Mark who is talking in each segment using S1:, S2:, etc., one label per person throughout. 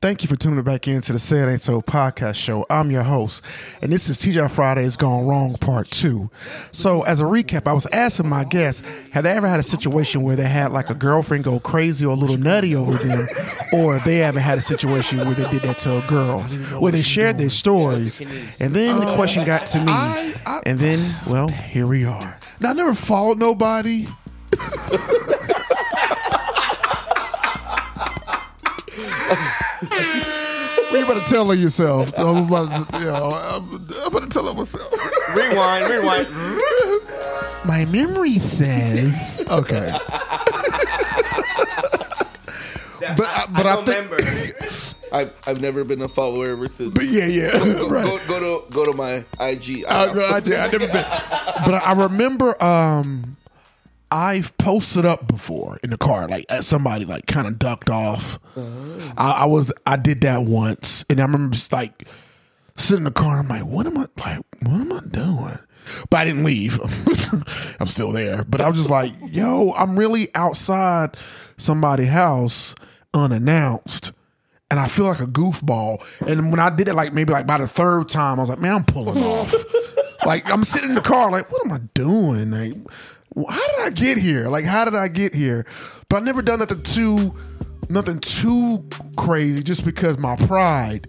S1: Thank you for tuning back into the Said Ain't So podcast show. I'm your host, and this is TJ Friday's Gone Wrong Part 2. So, as a recap, I was asking my guests, have they ever had a situation where they had like a girlfriend go crazy or a little nutty over them, or if they haven't had a situation where they did that to a girl, where they shared their stories? And then the question got to me,
S2: Uh, I- I-
S1: and then, well, here we are.
S2: Now, I never followed nobody. what you about to tell her yourself? I'm about to, you know, I'm, I'm about to tell her myself.
S3: Rewind, rewind.
S1: My memory says.
S2: okay. But
S1: uh,
S2: I- but I think-
S4: I've, I've never been a follower ever since.
S2: But yeah, yeah.
S4: Go,
S2: right.
S4: go, go to go to my IG.
S1: Uh,
S2: I, I, I never been.
S1: but I remember um I've posted up before in the car, like uh, somebody like kind of ducked off. I, I was I did that once, and I remember just like sitting in the car. I'm like, what am I like? What am I doing? But I didn't leave. I'm still there. But I was just like, yo, I'm really outside somebody's house unannounced. And I feel like a goofball. And when I did it, like maybe like by the third time, I was like, man, I'm pulling off. like I'm sitting in the car, like, what am I doing? Like, wh- how did I get here? Like, how did I get here? But I've never done nothing too, nothing too crazy, just because my pride.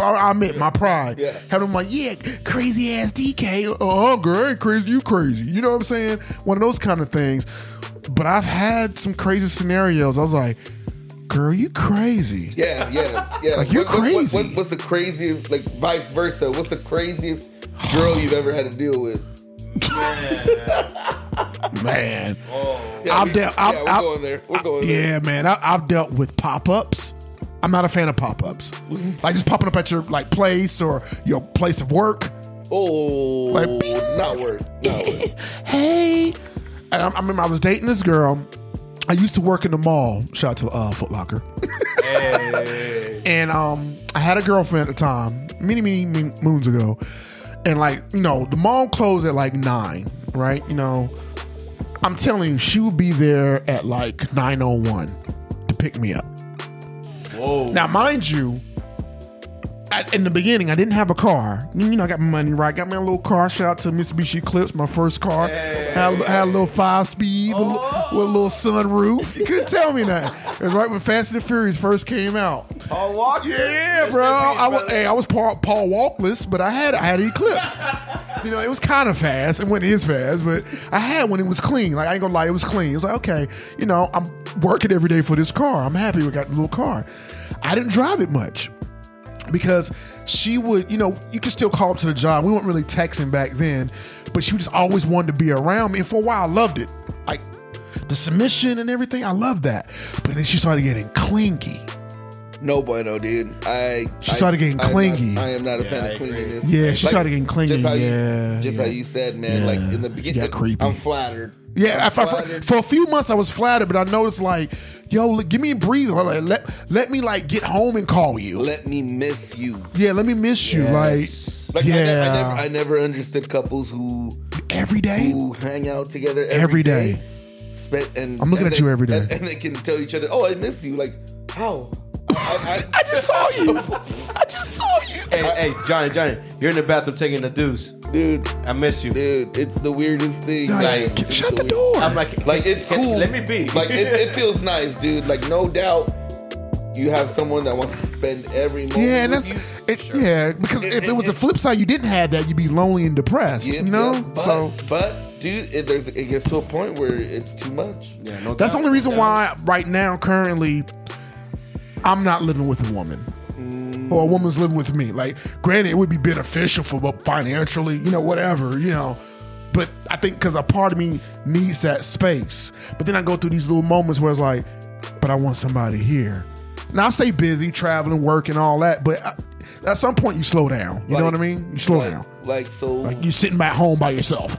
S1: I I admit my pride.
S4: Yeah.
S1: Having like, yeah, crazy ass DK. Oh, girl, I ain't crazy. You crazy. You know what I'm saying? One of those kind of things. But I've had some crazy scenarios. I was like, girl, you crazy.
S4: Yeah, yeah, yeah.
S1: Like, you're crazy.
S4: What, what's the craziest? Like vice versa. What's the craziest girl you've ever had to deal with?
S1: Man.
S3: Oh.
S4: Yeah,
S1: I've
S4: we-
S1: dealt. I've,
S4: yeah, we're
S1: I've-
S4: going there. We're going
S1: yeah,
S4: there.
S1: man. I, I've dealt with pop ups. I'm not a fan of pop ups. Like just popping up at your like place or your place of work.
S4: Oh,
S1: Like, beep.
S4: not worth. Not worth.
S1: Hey. And I, I remember I was dating this girl. I used to work in the mall. Shout out to uh, Foot Locker. and um, I had a girlfriend at the time, many, many, many moons ago. And like, you know, the mall closed at like nine, right? You know, I'm telling you, she would be there at like 901 to pick me up. Whoa. Now, mind you, at, in the beginning, I didn't have a car. You know, I got my money right. Got me a little car. Shout out to Mitsubishi Eclipse, my first car. Had, had a little five speed with, a li- with a little sunroof. You couldn't tell me that. It was right when Fast and the Furious first came out.
S3: Paul Walker.
S1: Yeah, bro. I was, hey, I was Paul, Paul Walkless, but I had I had Eclipse. you know, it was kind of fast. It wasn't as fast, but I had when it was clean. Like I ain't gonna lie, it was clean. It was like okay, you know, I'm working every day for this car. I'm happy we got the little car. I didn't drive it much because she would, you know, you could still call up to the job. We weren't really texting back then, but she just always wanted to be around me. And for a while, I loved it. Like the submission and everything, I loved that. But then she started getting clingy.
S4: No bueno, dude. I
S1: She
S4: I-
S1: started getting
S4: I am
S1: clingy.
S4: not- I am not a fan
S3: I
S4: of
S3: agree.
S4: clinginess.
S1: Yeah, she started getting clingy,
S4: Just how you,
S1: yeah,
S4: just
S1: yeah.
S4: how you said, man.
S1: Yeah,
S4: Like in the
S1: you
S4: beginning,
S1: got creepy.
S4: I'm flattered.
S1: Yeah,
S4: I'm
S1: I- I-
S4: flattered.
S1: for a few months I was flattered, but I noticed like, yo, l- give me a breather. Like, let let me like get home and call you.
S4: let me miss you.
S1: yeah, let me miss you.
S3: Yes.
S1: Like,
S4: Like I ne-
S1: yeah,
S4: I, never, I never understood couples who
S1: every day.
S4: who hang out together
S1: Every day.
S4: Spent and
S1: I'm looking
S4: and
S1: at
S4: they-
S1: you every day.
S4: and, and they can tell each other, "Oh, I miss you." Like
S3: Oh.
S4: how? I, I,
S1: I just saw you. I just saw you.
S3: Hey, hey, Johnny, Johnny, you're in the bathroom taking the deuce.
S4: I- dude,
S3: I miss you.
S4: dude, it's the weirdest thing.
S1: Like,
S4: Like, it's
S1: shut the
S4: weird-
S1: door.
S3: I'm like,
S4: Like it's
S3: can-
S4: cool.
S3: Let me be.
S4: Like it, it feels nice, dude. Like no doubt, you have someone that wants to spend every moment.
S1: yeah, and
S4: with
S1: that's
S4: you.
S1: it, yeah. Because
S4: It-
S1: if it
S4: it-
S1: was the
S4: it-
S1: flip side, you didn't have that, you'd be lonely and depressed.
S4: Yeah,
S1: you know,
S4: yeah, but,
S1: so
S4: but dude, it, there's it gets to a point where it's too much.
S3: yeah, no
S1: That's the
S3: doubt.
S1: only reason why right now, currently, I'm not living with a woman.
S4: Mm.
S1: Or a woman's living with me. Like, granted, it would be beneficial for but financially, you know, whatever, you know. But I think because a part of me needs that space. But then I go through these little moments where it's like, but I want somebody here. Now I stay busy, traveling, working, all that. But I, at some point, you slow down. You know
S4: Like-
S1: what I mean? You slow
S4: like,
S1: down.
S4: Like so,
S1: Like you're sitting back home by yourself.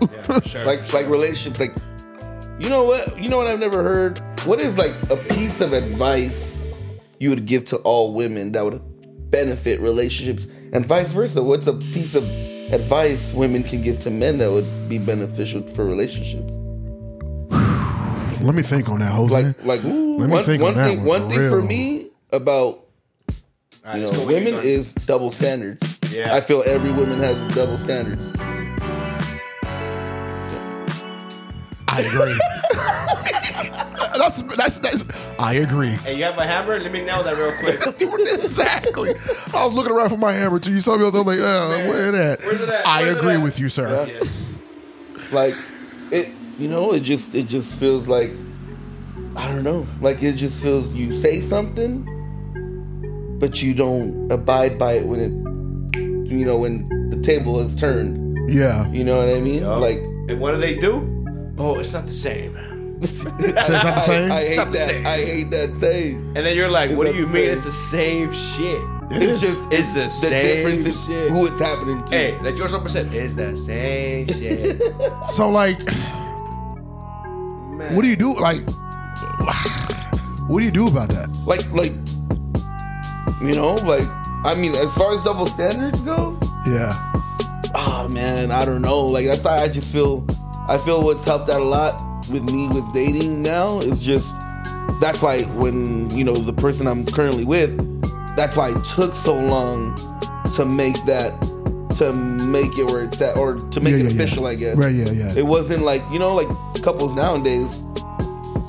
S4: like like relationships like you know what you know what i've never heard what is like a piece of advice you would give to all women that would benefit relationships and vice versa what's a piece of advice women can give to men that would be beneficial for relationships
S1: Let me think on that, Jose.
S4: like like
S1: me
S4: one,
S1: think on
S4: one
S1: that
S4: thing
S1: one,
S4: one
S1: for
S4: thing for
S1: real.
S4: me about You
S3: right,
S4: know,
S3: let's go with
S4: women
S3: you, Jordan.
S4: is double standards.
S3: Yeah.
S4: I feel every woman has a double standard.
S1: I agree. that's, that's that's. I agree.
S3: Hey, you have a hammer? Let me nail that real quick.
S1: exactly. I was looking around for my hammer too. You saw me. I was like, uh, where that?
S3: Where's it at?
S1: I
S3: Where's it
S1: agree
S3: at?
S1: with you, sir.
S3: Yes.
S4: Like it you know, it just it just feels like I don't know. Like it just feels you say something but you don't abide by it when it you know, when the table is turned.
S1: Yeah.
S4: You know what I mean?
S3: Yup.
S4: Like
S3: and what do they do? Oh, it's not the same. And
S1: So it's not the same.
S4: I hate
S3: not the
S4: that.
S3: same.
S4: I hate that saying.
S3: then you're like, what do
S4: not
S3: you
S4: the
S3: mean?
S4: same.
S3: It's the same shit.
S1: It is.
S4: it's just
S3: It's the,
S4: the
S3: same
S4: difference is
S3: shit.
S4: who it's happening to.
S3: hey, like George Lopez said, it's the same shit.
S1: So like, what do you do? Like, what do you do about that?
S4: Like like you know, like I mean as far as double standards go,
S1: Yeah.
S4: ah man, I don't know. Like that's why I just feel I feel what's helped out a lot with me with dating now is just that's why when you know the person I'm currently with, that's why it took so long to make that to make it where it's at or to make
S1: Yeah,
S4: it
S1: yeah, yeah.
S4: official, I guess.
S1: Right, yeah, yeah.
S4: It wasn't like you know, like couples nowadays.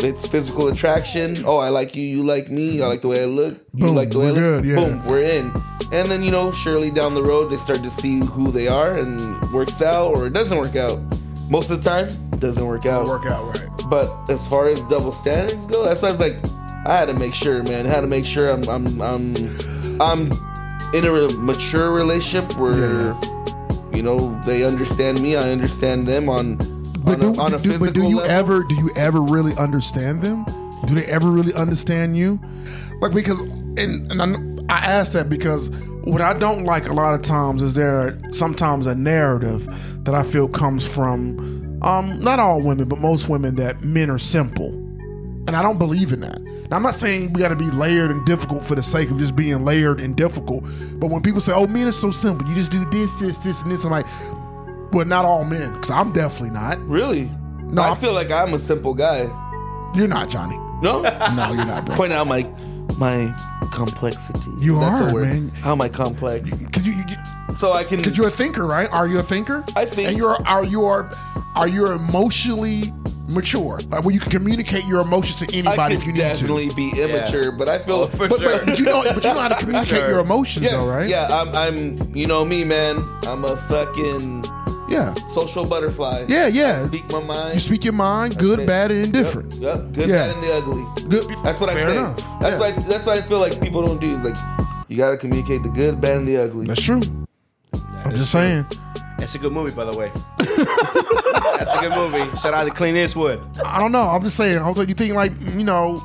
S4: It's physical attraction. Oh, I like you. You like me. I like the way I look. You
S1: Boom,
S4: like the way I
S1: we're
S4: look.
S1: good, yeah.
S4: Boom, we're in. And then you know, surely down the road they start to see who they are and works out or it doesn't work out. Most of the time, doesn't work out.
S1: out right.
S4: But as far as double standards go, that's why I was like, I had to make sure, man. I had to make sure I'm I'm I'm I'm in a re- mature relationship where
S1: Yeah,
S4: you know they understand me, I understand them on
S1: But
S4: on,
S1: do,
S4: a, on a
S1: do-
S4: physical
S1: but do you
S4: level.
S1: ever do you ever really understand them? Do they ever really understand you? Like because and and I, kn- I ask that because what I don't like a lot of times is there sometimes a narrative that I feel comes from um, not all women but most women that men are simple. And I don't believe in that. Now, I'm not saying we got to be layered and difficult for the sake of just being layered and difficult. But when people say, "Oh, men are so simple. You just do this, this, this, and this," I'm like, "Well, not all men, because I'm definitely not.
S4: really?
S1: No,
S4: No, I
S1: I'm-
S4: feel like I'm a simple guy.
S1: You're not, Johnny.
S4: No,
S1: No, you're not, bro.
S4: point out my my complexity.
S1: You
S4: That's
S1: are,
S4: a word.
S1: man.
S4: How am I complex?
S1: Because you, you,
S4: So I can.
S1: because you're a thinker, right? Are you a thinker?
S4: I think-
S1: And you're are you are are you emotionally mature? Like where you can communicate your emotions to
S4: I
S1: anybody
S4: could
S1: if you need
S4: definitely
S1: to.
S4: be immature, but I feel
S3: Oh, for
S1: But,
S3: sure.
S1: but, but you know, but you know how to communicate
S3: Sure.
S1: your emotions,
S4: Yes,
S1: though, right?
S4: Yeah, I'm, I'm. You know me, man. I'm a fucking
S1: yeah,
S4: social butterfly.
S1: yeah, yeah.
S4: Speak my mind.
S1: You speak your mind, good,
S4: it.
S1: bad, and
S4: Yep,
S1: indifferent.
S4: Yep, Good,
S1: Yeah.
S4: bad, and the ugly.
S1: Good.
S4: That's what
S1: Fair
S4: I say.
S1: enough.
S4: That's
S1: Yeah.
S4: why. That's why I feel like people don't do. Like, you gotta communicate the good, bad, and the ugly.
S1: That's true. I'm just saying.
S3: That's a good movie, by the way. That's a good movie. Shout out to Clean Eastwood.
S1: I don't know. I'm just saying. I was like, you think like you know,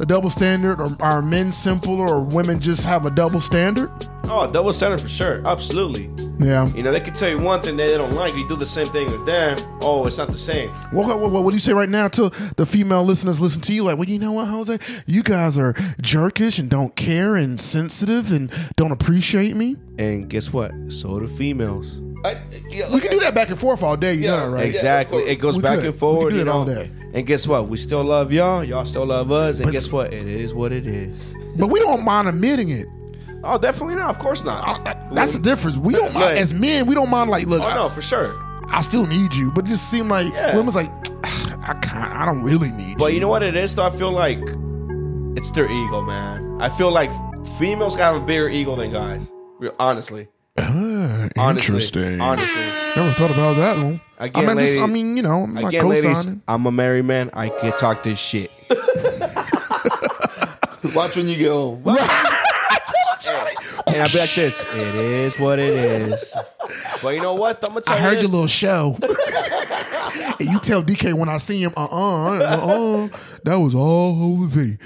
S1: the double standard, or are men simpler, or women just have a double standard?
S3: Oh, double standard for sure. Absolutely.
S1: Yeah.
S3: You know, they can tell you one thing that they don't like. You do the same thing with them. Oh, it's not the same.
S1: What, what, what, what do you say right now to the female listeners listen to you? Like, well, you know what, Jose? You guys are jerkish and don't care and sensitive and don't appreciate me.
S3: And guess what? So do females.
S1: Oh,
S4: I, yeah,
S1: We can do that back and forth all day. You know
S4: Yeah.
S1: that, right?
S4: Ex-
S3: Exactly.
S4: course.
S3: it goes
S1: We
S3: back
S1: could.
S3: and
S1: We
S3: forward.
S1: could do
S3: you
S1: it all
S3: know?
S1: day.
S3: And guess what? We still love y'all. Y'all still love us. And
S1: But-
S3: guess what? It is what it is.
S1: But we don't mind admitting it.
S3: Oh, definitely not. Of course
S1: Uh,
S3: not.
S1: that- That's the difference. We don't mind
S3: Like-
S1: as men. We don't mind like, look,
S3: Oh no, for sure.
S1: I, I still need you, but it just seemed like
S3: Yeah.
S1: women's like, I can't, I don't really need
S3: But
S1: you.
S3: you know what it is though? I feel like it's their ego, man. I feel like females have a bigger ego than guys. Re- Honestly. Honestly. Honestly.
S1: Never thought about that one.
S3: Again,
S1: I mean, just,
S3: lady-
S1: I mean, you know, I'm not
S3: Again, ladies,
S1: co-signing.
S3: I'm a married man. I can talk this shit.
S4: Watch when you get home. Watch-
S3: And I be like this. It is what it is. But you know what? I'm gonna tell
S1: I
S3: you
S1: heard
S3: this.
S1: your little show. and you tell DK when I see him, uh uh-uh, uh, that was all Jose.
S3: And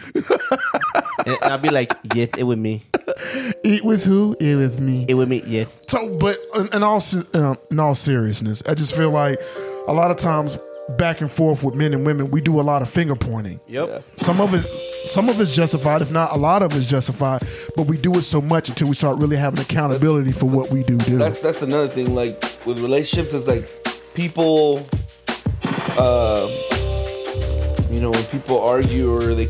S3: and I'll be like, yes, it with me.
S1: It was who? It was me.
S3: It with me, yes.
S1: So, but in, in all se- um, in all seriousness, I just feel like a lot of times back and forth with men and women, we do a lot of finger pointing.
S3: Yep.
S1: Some of it, some of it's justified. If not, a lot of it's justified. But we do it so much until we start really having accountability for what we do. do.
S4: that's that's another thing. Like with relationships, it's like people, uh, you know, when people argue or they,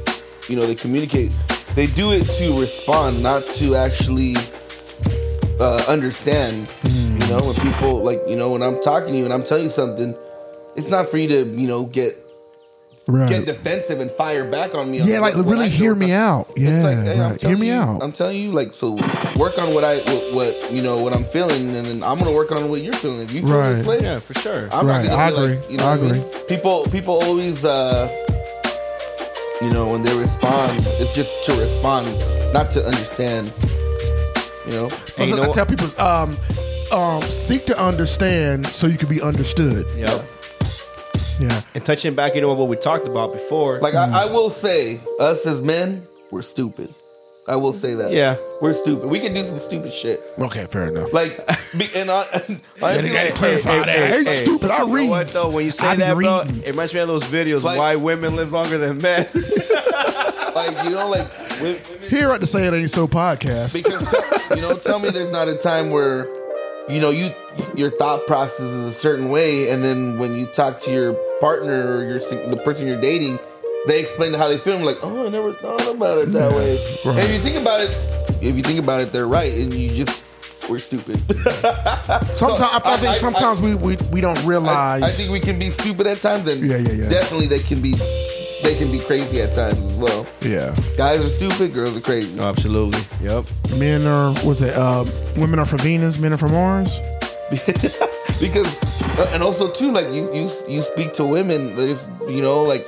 S4: you know, they communicate, They do it to respond, not to actually uh, understand. You know, when people like you know when I'm talking to you and I'm telling you something, it's not for you to you know get get
S1: Right.
S4: defensive and fire back on me. on
S1: Yeah, like
S4: what- what I
S1: really
S4: feel
S1: hear
S4: about-
S1: me out. Yeah,
S4: it's like, hey, I'm
S1: right. Hear
S4: telling
S1: me
S4: you-
S1: out.
S4: I'm telling you, like, so work on what I, what, what you know, what I'm feeling, and then I'm gonna work on what you're feeling. If you feel
S1: Right.
S4: this way,
S3: Yeah, for sure.
S4: I'm
S1: Right,
S4: not
S1: I
S4: gonna be
S1: agree.
S4: Like, you know
S1: I
S4: what
S1: agree.
S4: mean? People, people always, uh, you know, when they respond, it's just to respond, not to understand. You know,
S3: And you know
S1: I
S3: what?
S1: tell people, um, um, seek to understand so you can be understood.
S3: Yep.
S1: Yeah.
S3: And touching back into what we talked about before.
S4: like I, I will say, us as men, we're stupid. I will say that.
S3: Yeah.
S4: we're stupid. We can do some stupid shit.
S1: Okay, fair enough.
S4: Like, be, and I, I
S1: they gotta clarify that. I ain't stupid. I
S3: you
S1: read.
S3: Know what though? When you say
S1: I
S3: that, bro,
S1: read.
S3: it reminds me of those videos
S4: Like-
S3: why women live longer than men.
S4: like you know, like wi- women
S1: Here at the Say It Ain't So podcast.
S4: because tell, you know tell me there's not a time where you know you your thought process is a certain way and then when you talk to your partner or your sig- the person you're dating they explain how they feel I'm like oh i never thought about it that way and if you think about it if you think about it they're right and you just we're stupid
S1: Sometimes I, I think
S4: I- I-
S1: sometimes we, we we don't
S4: I,
S1: realize.
S4: I think we can be stupid at times and
S1: Yeah, yeah, yeah.
S4: definitely they can be they can be crazy at times as well
S1: yeah.
S4: guys are stupid girls are crazy
S1: Oh,
S3: Absolutely. Yep.
S1: Men are was it? Um, women are from Venus. Men are from Mars.
S4: because uh, and also too like you you you speak to women there's you know like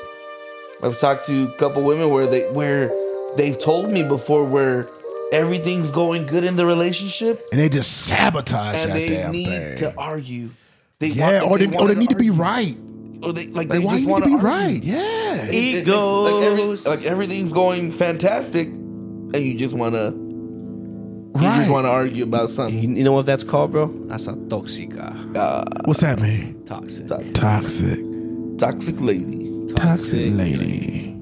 S4: I've talked to a couple women where they where they've told me before where everything's going good in the relationship
S1: And they just sabotage
S4: and
S1: that
S4: they
S1: damn
S4: need
S1: thing.
S4: to argue they
S1: yeah,
S4: want-
S1: or they, or
S4: wanna
S1: they need to be
S4: argue.
S1: right.
S4: or they
S1: Like,
S4: like, they
S1: why
S4: just
S1: you need
S4: wanna
S1: to be
S4: argue.
S1: right? Yeah.
S4: It- it's like, every-
S3: Egos.
S4: like everything's going fantastic and you just want to you
S1: right.
S4: just want to argue about something
S3: You, you know what that's called, bro? That's a toxica.
S1: What's that mean?
S3: Toxic.
S1: Toxic.
S4: toxic lady
S1: Toxic lady.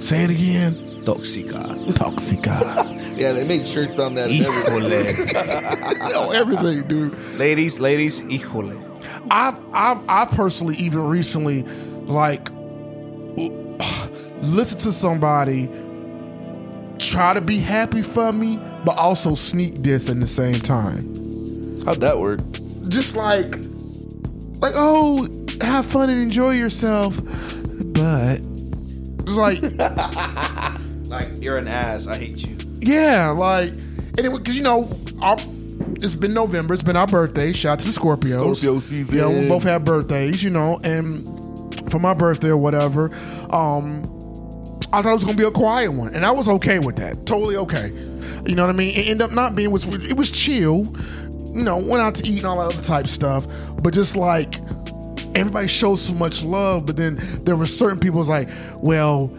S1: Say it again.
S3: Toxica.
S1: Toxica.
S4: yeah they make shirts on that and everything.
S3: Híjole.
S2: Oh, everything, dude.
S3: ladies, ladies, híjole.
S1: I've I've I personally even recently like listen to somebody try to be happy for me, but also sneak this at the same time.
S4: how'd that work
S1: Just like like oh, have fun and enjoy yourself, but it's like
S3: Like, you're an ass. I hate you.
S1: Yeah, like, and it because you know, our, it's been November. It's been our birthday. Shout out to the Scorpios.
S4: Scorpio season.
S1: Yeah, we both have birthdays, you know, and for my birthday or whatever, um, I thought it was gonna be a quiet one, and I was okay with that. Totally okay. You know what I mean? It ended up not being was it was chill. You know, went out to eat and all that other type stuff, but just like everybody showed so much love, but then there were certain people was like, well,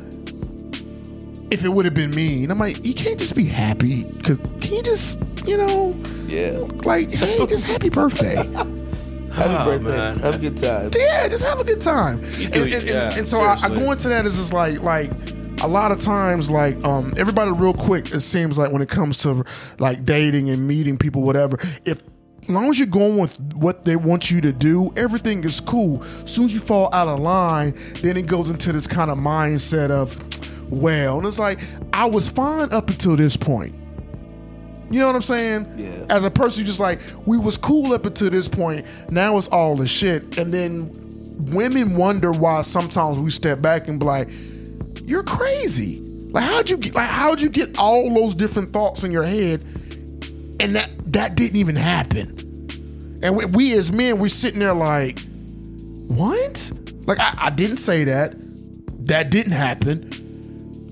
S1: if it would have been me, and I'm like, you can't just be happy because can you just, you know,
S4: yeah
S1: like, hey, just happy birthday.
S4: Happy
S3: Oh,
S4: birthday.
S3: man.
S4: Have a good time.
S1: yeah, just have a good time. And,
S3: do,
S1: and- and-
S3: yeah,
S1: and so I, I
S3: seriously.
S1: go into that as just like like a lot of times like um everybody real quick it seems like when it comes to like dating and meeting people whatever if as long as you're going with what they want you to do everything is cool as soon as you fall out of line then it goes into this kind of mindset of well and it's like i was fine up until this point you know what I'm saying?
S4: Yeah.
S1: As a person, you just like, we was cool up until this point. Now it's all the shit. And then women wonder why sometimes we step back and be like, you're crazy. Like how'd you get like how'd you get all those different thoughts in your head and that that didn't even happen. And we, we as men, we're sitting there like, what? Like I, I didn't say that. That didn't happen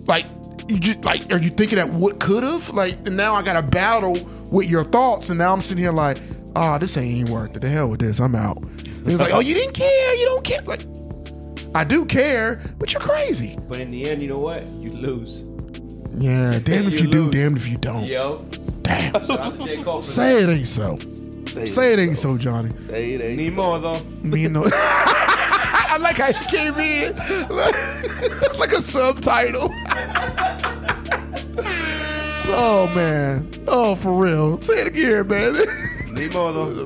S1: like you just like are you thinking that what could have like and now i gotta battle with your thoughts and now i'm sitting here like ah this ain't even worth it the hell with this i'm out And it's like oh you didn't care you don't care like i do care but you're crazy
S3: But in the end, you know what? You lose.
S1: yeah damn if
S3: You
S1: you, do
S3: lose.
S1: damn if you don't
S3: Yo.
S1: damn
S3: Shout out to J. Cole for that.
S1: say it ain't so say it ain't so johnny
S4: Say it ain't.
S3: Ni modo.
S1: me and no i like how you came in like, like a subtitle Oh man. Oh for real. Say it again, man.
S3: Ni modo.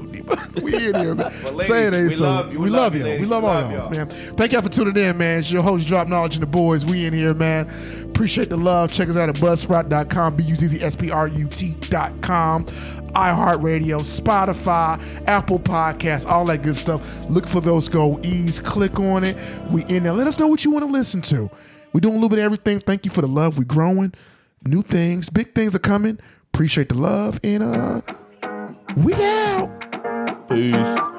S1: we in here, man.
S3: ladies,
S1: Say it ain't
S3: we
S1: so.
S3: love you.
S1: we love
S3: We
S1: you.
S3: love you,
S1: We love all
S3: ladies. We
S1: y'all,
S3: love
S1: man. Thank y'all for tuning in, man. It's your host, Drop Knowledge and the Boys. We in here, man. Appreciate the love. Check us out at buzzsprout.com, B U Z Z S P R U T.com, iHeartRadio, Spotify, Apple Podcasts, all that good stuff. Look for those go ease. Click on it. We in there. Let us know what you want to listen to. we doing a little bit of everything. Thank you for the love. we growing. New things, big things are coming. Appreciate the love. And uh, we out.
S5: Peace.